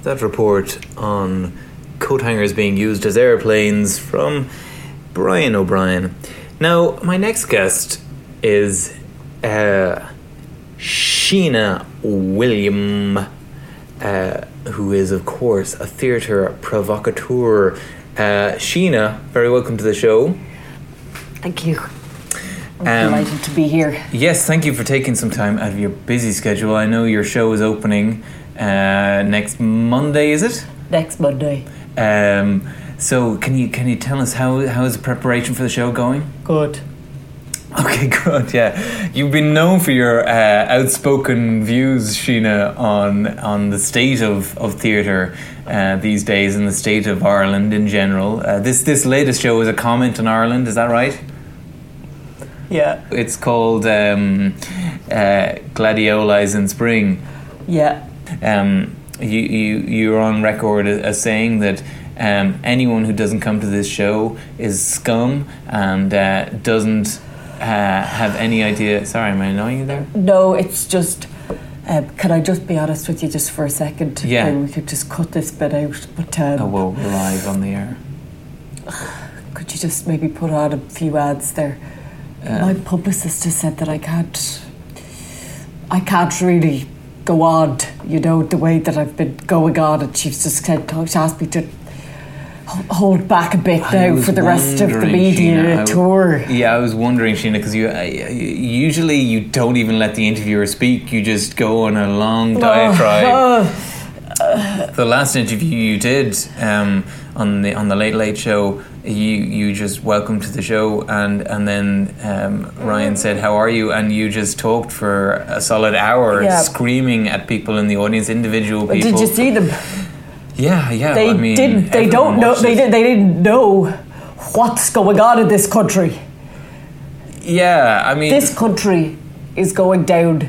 staff report on coat hangers being used as airplanes from Brian O'Brien. Now, my next guest is uh, Sheena William, uh, who is, of course, a theatre provocateur. Uh, Sheena, very welcome to the show. Thank you. I'm Um, delighted to be here. Yes, thank you for taking some time out of your busy schedule. I know your show is opening uh, next Monday, is it? Next Monday. Um, so can you can you tell us how how is the preparation for the show going? Good. Okay, good. Yeah, you've been known for your uh, outspoken views, Sheena, on on the state of of theatre uh, these days and the state of Ireland in general. Uh, this this latest show is a comment on Ireland. Is that right? Yeah. It's called um, uh, Gladiolis in Spring. Yeah. um, you, you you're on record as as saying that um, anyone who doesn't come to this show is scum and uh, doesn't uh, have any idea. Sorry, am I annoying you there? No, it's just. Um, can I just be honest with you just for a second? Yeah. Maybe we could just cut this bit out. But um, Oh, well, we're live on the air. could you just maybe put on a few ads there? Uh. My publicist has said that I can't. I can't really go on, you know, the way that I've been going on. And she's just said, she asked me to ho- hold back a bit I now was for the rest of the wondering, Sheena, I media w- tour. Yeah, I was wondering, Sheena, because you uh, usually you don't even let the interviewer speak. You just go on a long diatribe. Oh, The last interview you did um, on the on the Late Late Show, you you just welcomed to the show, and and then um, Mm. Ryan said, "How are you?" and you just talked for a solid hour, Yeah. screaming at people in the audience, individual But people. Did you see them? Yeah, yeah. They I mean, didn't. They everyone don't know. watched They it. did, They didn't know what's going on in this country. Yeah, I mean, This country is going down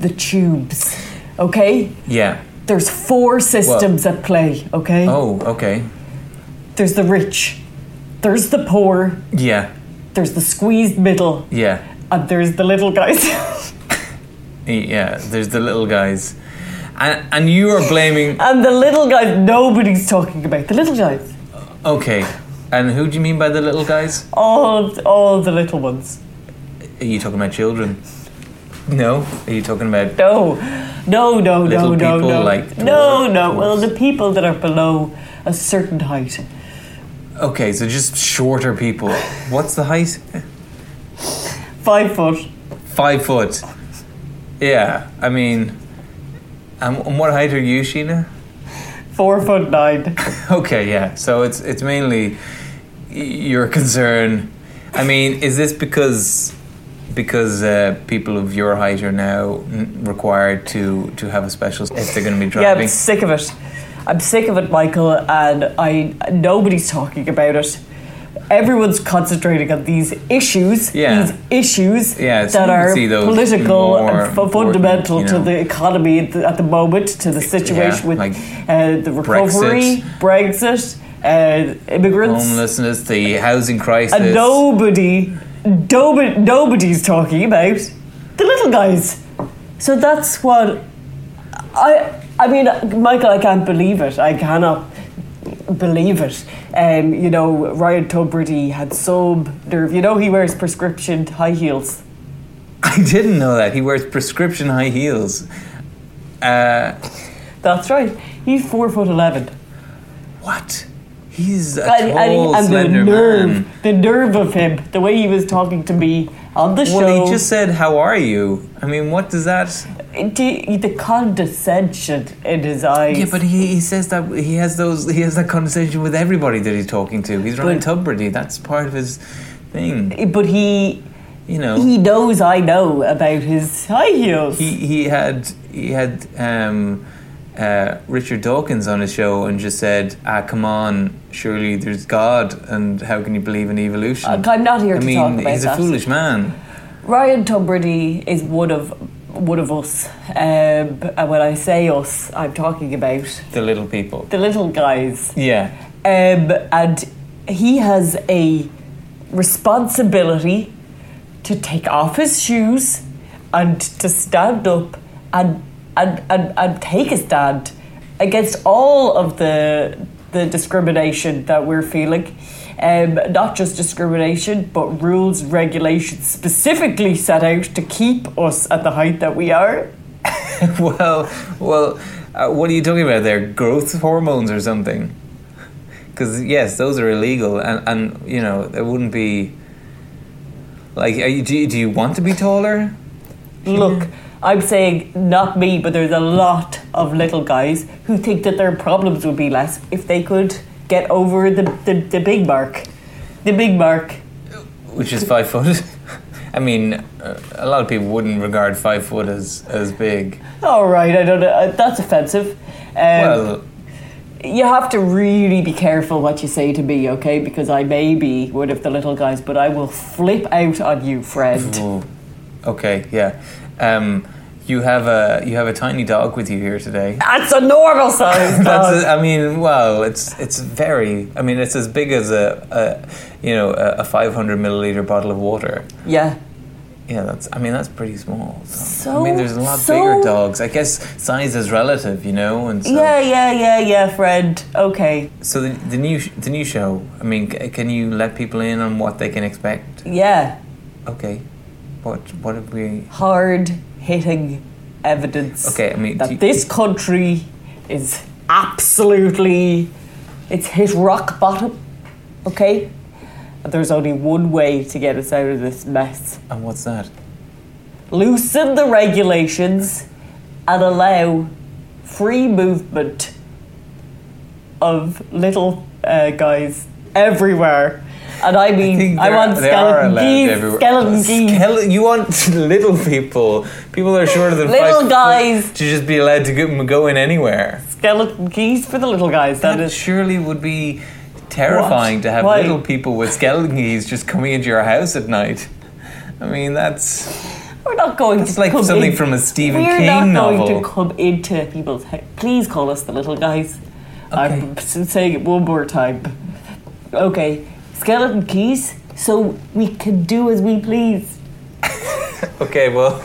the tubes. Okay. yeah. There's four systems at play. Okay. Oh, okay. There's the rich. There's the poor. Yeah, There's the squeezed middle. yeah. And there's the little guys. Yeah, there's the little guys. And, and you are blaming. and the little guys, nobody's talking about. The little guys. Okay. And who do you mean by the little guys? All, all the little ones. Are you talking about children? No. Are you talking about No, no, no, Little no, no, people no. like no, dwarf- no. Well, dwarfs. the people that are below a certain height. Okay, so just shorter people. What's the height? Five foot. Five foot. Yeah, I mean, um, and what height are you, Sheena? Four foot nine. Okay, yeah. So it's it's mainly y- your concern. I mean, is this because because uh, people of your height are now n- required to to have a special if they're going to be yeah, I'm driving? sick of it. I'm sick of it, Michael, and I nobody's talking about it. Everyone's concentrating on these issues, Yeah. these issues Yeah, it's- that you can are see those political more and fu- important, fundamental you to know. the economy at the, at the moment, to the situation with like uh, the recovery, Brexit, uh, immigrants. Homelessness, the housing crisis. and nobody, nobody, nobody's talking about the little guys. So that's what I. I mean, Michael, I can't believe it. I cannot believe it. Um, you know, Ryan Tuberty had some nerve. You know, he wears prescription high heels. I didn't know that he wears prescription high heels. Uh, That's right. He's four foot eleven. What? He's a And, and, he- tall, and the slender nerve, man. the nerve of him, the way he was talking to me on the show. Well, he just said, "How are you?" I mean, what does that? the, the condescension in his eyes. Yeah, but he, he says that he has those. He has that conversation with everybody that he's talking to. He's Ryan Tubridy. That's part of his thing. but he You know, he knows I know about his high heels. he he had he had um, uh, Richard Dawkins on his show and just said, "Ah, come on, surely there's God, and how can you believe in evolution?" Look, Uh, I'm not here I to mean, talk about he's that. a foolish man. Ryan Tubridy is one of one of us. Um, and when I say us, I'm talking about The little people. the little guys. Yeah. Um, and he has a responsibility to take off his shoes and to stand up and and, and, and take a stand against all of the the discrimination that we're feeling. Um, not just discrimination, but rules, regulations specifically set out to keep us at the height that we are. well, well, uh, what are you talking about there? Growth hormones or something? Because yes, those are illegal, and and you know it wouldn't be. Like, are you, do you, do you want to be taller? Look, I'm saying not me, but there's a lot of little guys who think that their problems would be less if they could get over the, the, the big mark. The big mark. Which is five foot. I mean, uh, a lot of people wouldn't regard five foot as as big. All right, I don't know. uh, That's offensive. Um, Well, you have to really be careful what you say to me, okay? Because I may be one of the little guys, but I will flip out on you, friend. ooh, okay, yeah. Um, you have a you have a tiny dog with you here today. That's a normal size. dog. That's a, I mean, wow, it's it's very. I mean, it's as big as a, a you know a, a 500 milliliter bottle of water. yeah. Yeah, that's. I mean, that's pretty small. So- I mean, there's a lot so- bigger dogs. I guess size is relative, you know. And so, Yeah, yeah, yeah, yeah, friend. Okay. so the, the new sh- the new show. I mean, c- can you let people in on what they can expect? Yeah. Okay, what what have we? Hard hitting evidence. Okay, I mean, that do you- this country is absolutely it's hit rock bottom okay And there's only one way to get us out of this mess and what's that? loosen the regulations and allow free movement of little uh, guys everywhere and I mean, I, they're- want they are skeleton allowed geese, everywhere. skeleton geese. Skele- you want little people, people that are shorter than Little five guys. foot, to just be allowed to go, go in anywhere. skeleton geese for the little guys. That That is surely would be terrifying What? to have Why? little people with skeleton keys just coming into your house at night. I mean, that's We're not going it's to like come something in- from a Stephen We're King not novel. going to come into people's house. Please call us the little guys. I'm s- saying it one more time. Okay, skeleton keys, so we can do as we please. okay, well,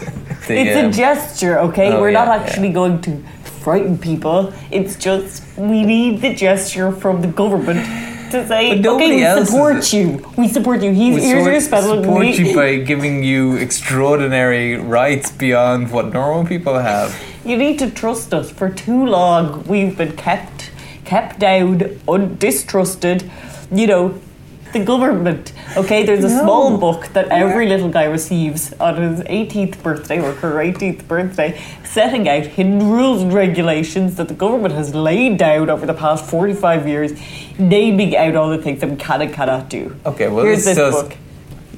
the, It's um, a gesture, okay? Oh, We're yeah, not actually going to frighten people. It's just we need the gesture from the government to say, okay, But nobody we else is- support you. We support you. He's, we here's your sort spell. support we- you by giving you extraordinary rights beyond what normal people have. You need to trust us. For too long, we've been kept kept down, un- distrusted. You know, the government. Okay, there's a No. small book that every little guy receives on his 18th birthday or her 18th birthday, setting out hidden rules and regulations that the government has laid down over the past 45 years, naming out all the things that we can and cannot do. Okay, well, Here's this this does- book.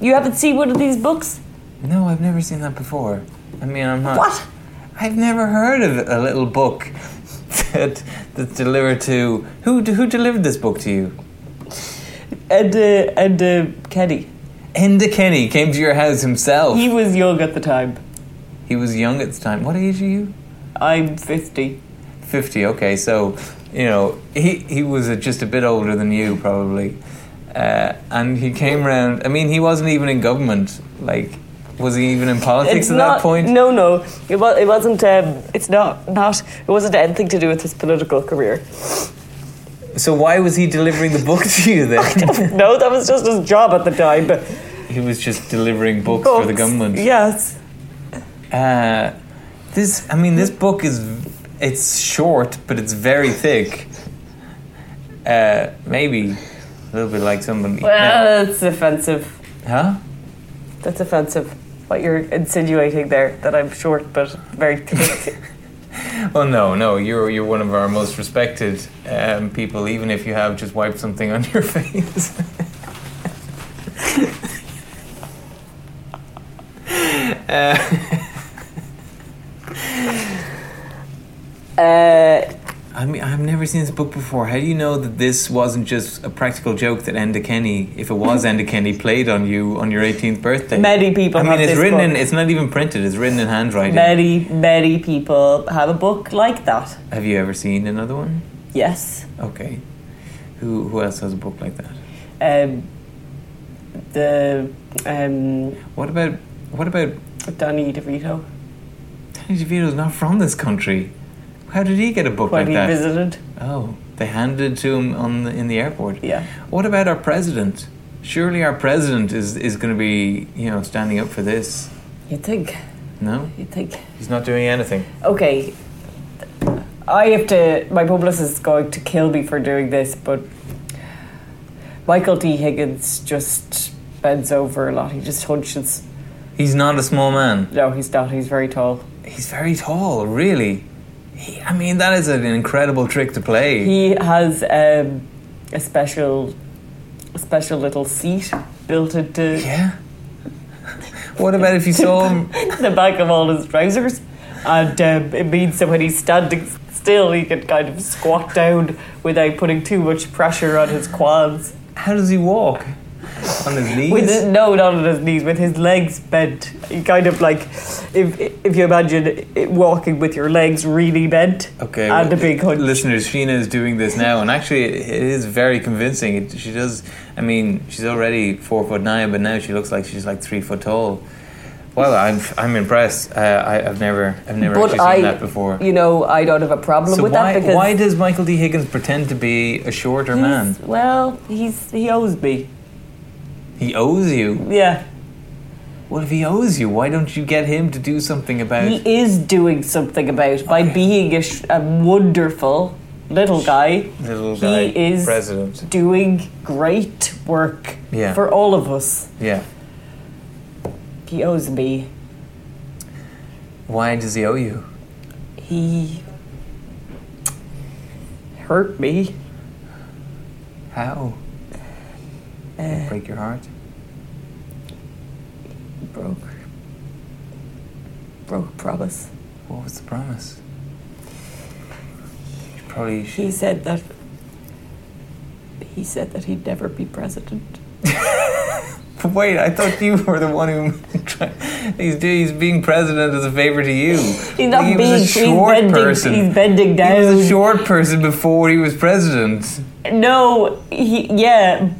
You haven't seen one of these books? No, I've never seen that before. I mean, I'm not. What? I've never heard of a little book that that's delivered to who? Who delivered this book to you? And uh, and uh, Kenny, Enda Kenny came to your house himself. he was young at the time. He was young at the time. What age are you? I'm 50. Fifty. Okay, so you know he he was uh, just a bit older than you probably, uh, and he came round. I mean, he wasn't even in government. Like, was he even in politics at not, that point? No, no. It, was, it wasn't, um, it's not, not, it wasn't anything to do with his political career. So why was he delivering the book to you then? no, that was just his job at the time. he was just delivering books, for the Books, government. Yes. Uh, this, I mean, this book is it's short, but it's very thick. Uh, maybe a little bit like somebody. Well, that's offensive. huh? That's offensive. What you're insinuating there, that I'm short but very thick. Well, Oh, no, no. You're you're one of our most respected um, people, even if you have just wiped something on your face. uh, I mean, I've never seen this book before. How do you know that this wasn't just a practical joke that Enda Kenny, if it was Enda Kenny, played on you on your 18th birthday? Many people I mean, have it's this written book. in. It's not even printed. It's written in handwriting. many, many people have a book like that. Have you ever seen another one? Yes. Okay. Who who else has a book like that? Um, the, um, What about what about Danny DeVito. Danny DeVito's not from this country? How did he get a book when like he that? visited. Oh, they handed it to him on the, in the airport. Yeah. What about our president? Surely our president is, is going to be, you know, standing up for this. You think? No? You think? He's not doing anything. Okay. I have to. My publicist is going to kill me for doing this, but Michael D. Higgins just bends over a lot. He just hunches. He's not a small man. No, he's not. He's very tall. He's very tall, really. He, I mean, that is an incredible trick to play. He has um, a special, a special little seat built into yeah. what about if you saw him? the back of all his trousers, and um, it means that when he's standing still, he can kind of squat down without putting too much pressure on his quads. How does he walk? On his knees? With his, no, not on his knees, with his legs bent. He kind of like, if if you imagine it walking with your legs really bent, Okay. and well, a big hunch. Listeners, Sheena is doing this now, and actually, it it is very convincing. It, she does. I mean, she's already four foot nine, but now she looks like she's like three foot tall. Well, I'm I'm impressed. Uh, I, I've never I've never actually seen that before. you know, I don't have a problem So with why that because why does Michael D Higgins pretend to be a shorter he's- man? well, he's he owes me. He owes you. Yeah, Well, if he owes you, why don't you get him to do something about? he is doing something about by being a, sh- a wonderful little guy. Little he guy, is president. doing great work Yeah. for all of us. Yeah. He owes me. Why does he owe you? He hurt me. How? Uh, Did it break your heart. Broke. Broke promise. What was the promise? You Probably should. He said that. He said that he'd never be president. Wait, I thought you were the one who. tried- he's doing. He's being president as a favor to you. He's not he being. was a short he's bending. person. He's bending he down. was a short person before he was president. No, he yeah,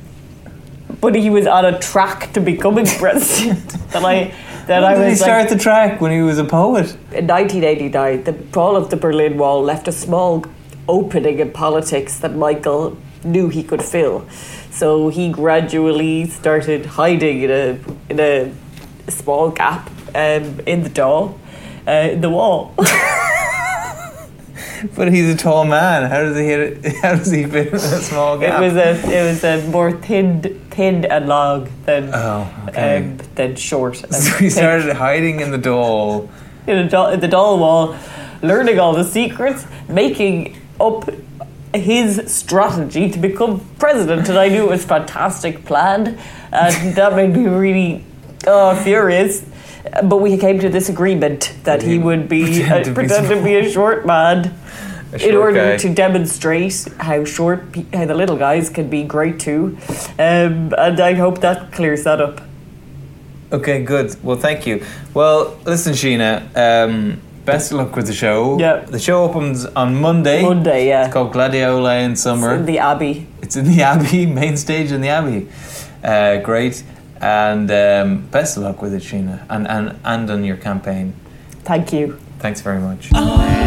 but he was on a track to becoming president. that I that When I did he was start like, the track when he was a poet? in 1989. The fall of the Berlin Wall left a small opening in politics that Michael knew he could fill. So he gradually started hiding in a in a small gap um, in the door, uh, in the wall. But he's a tall man. How does he hit it? How does he fit in a small It gap? was a it was a more thin thin and long than oh, okay. um, than short. and so he thick. started hiding in the doll. in a doll, in the doll wall, learning all the secrets, making up his strategy to become president. And I knew it was a fantastic plan, and that made me really uh, furious. Uh, But we came to this agreement that he would be Pretend to uh, be pretend to be a short man A in short order guy. to demonstrate how short pe- how the little guys can be great too. Um, and I hope that clears that up. Okay, good. Well, thank you. Well, listen, Sheena. Um, best of luck with the show. Yeah. The show opens on Monday. Monday, It's yeah, called Gladiola in Summer. in the Abbey. It's in the Abbey, main stage in the Abbey. Uh, great. And um, best of luck with it, Sheena, and, and, and on your campaign. Thank you. Thanks very much. Hour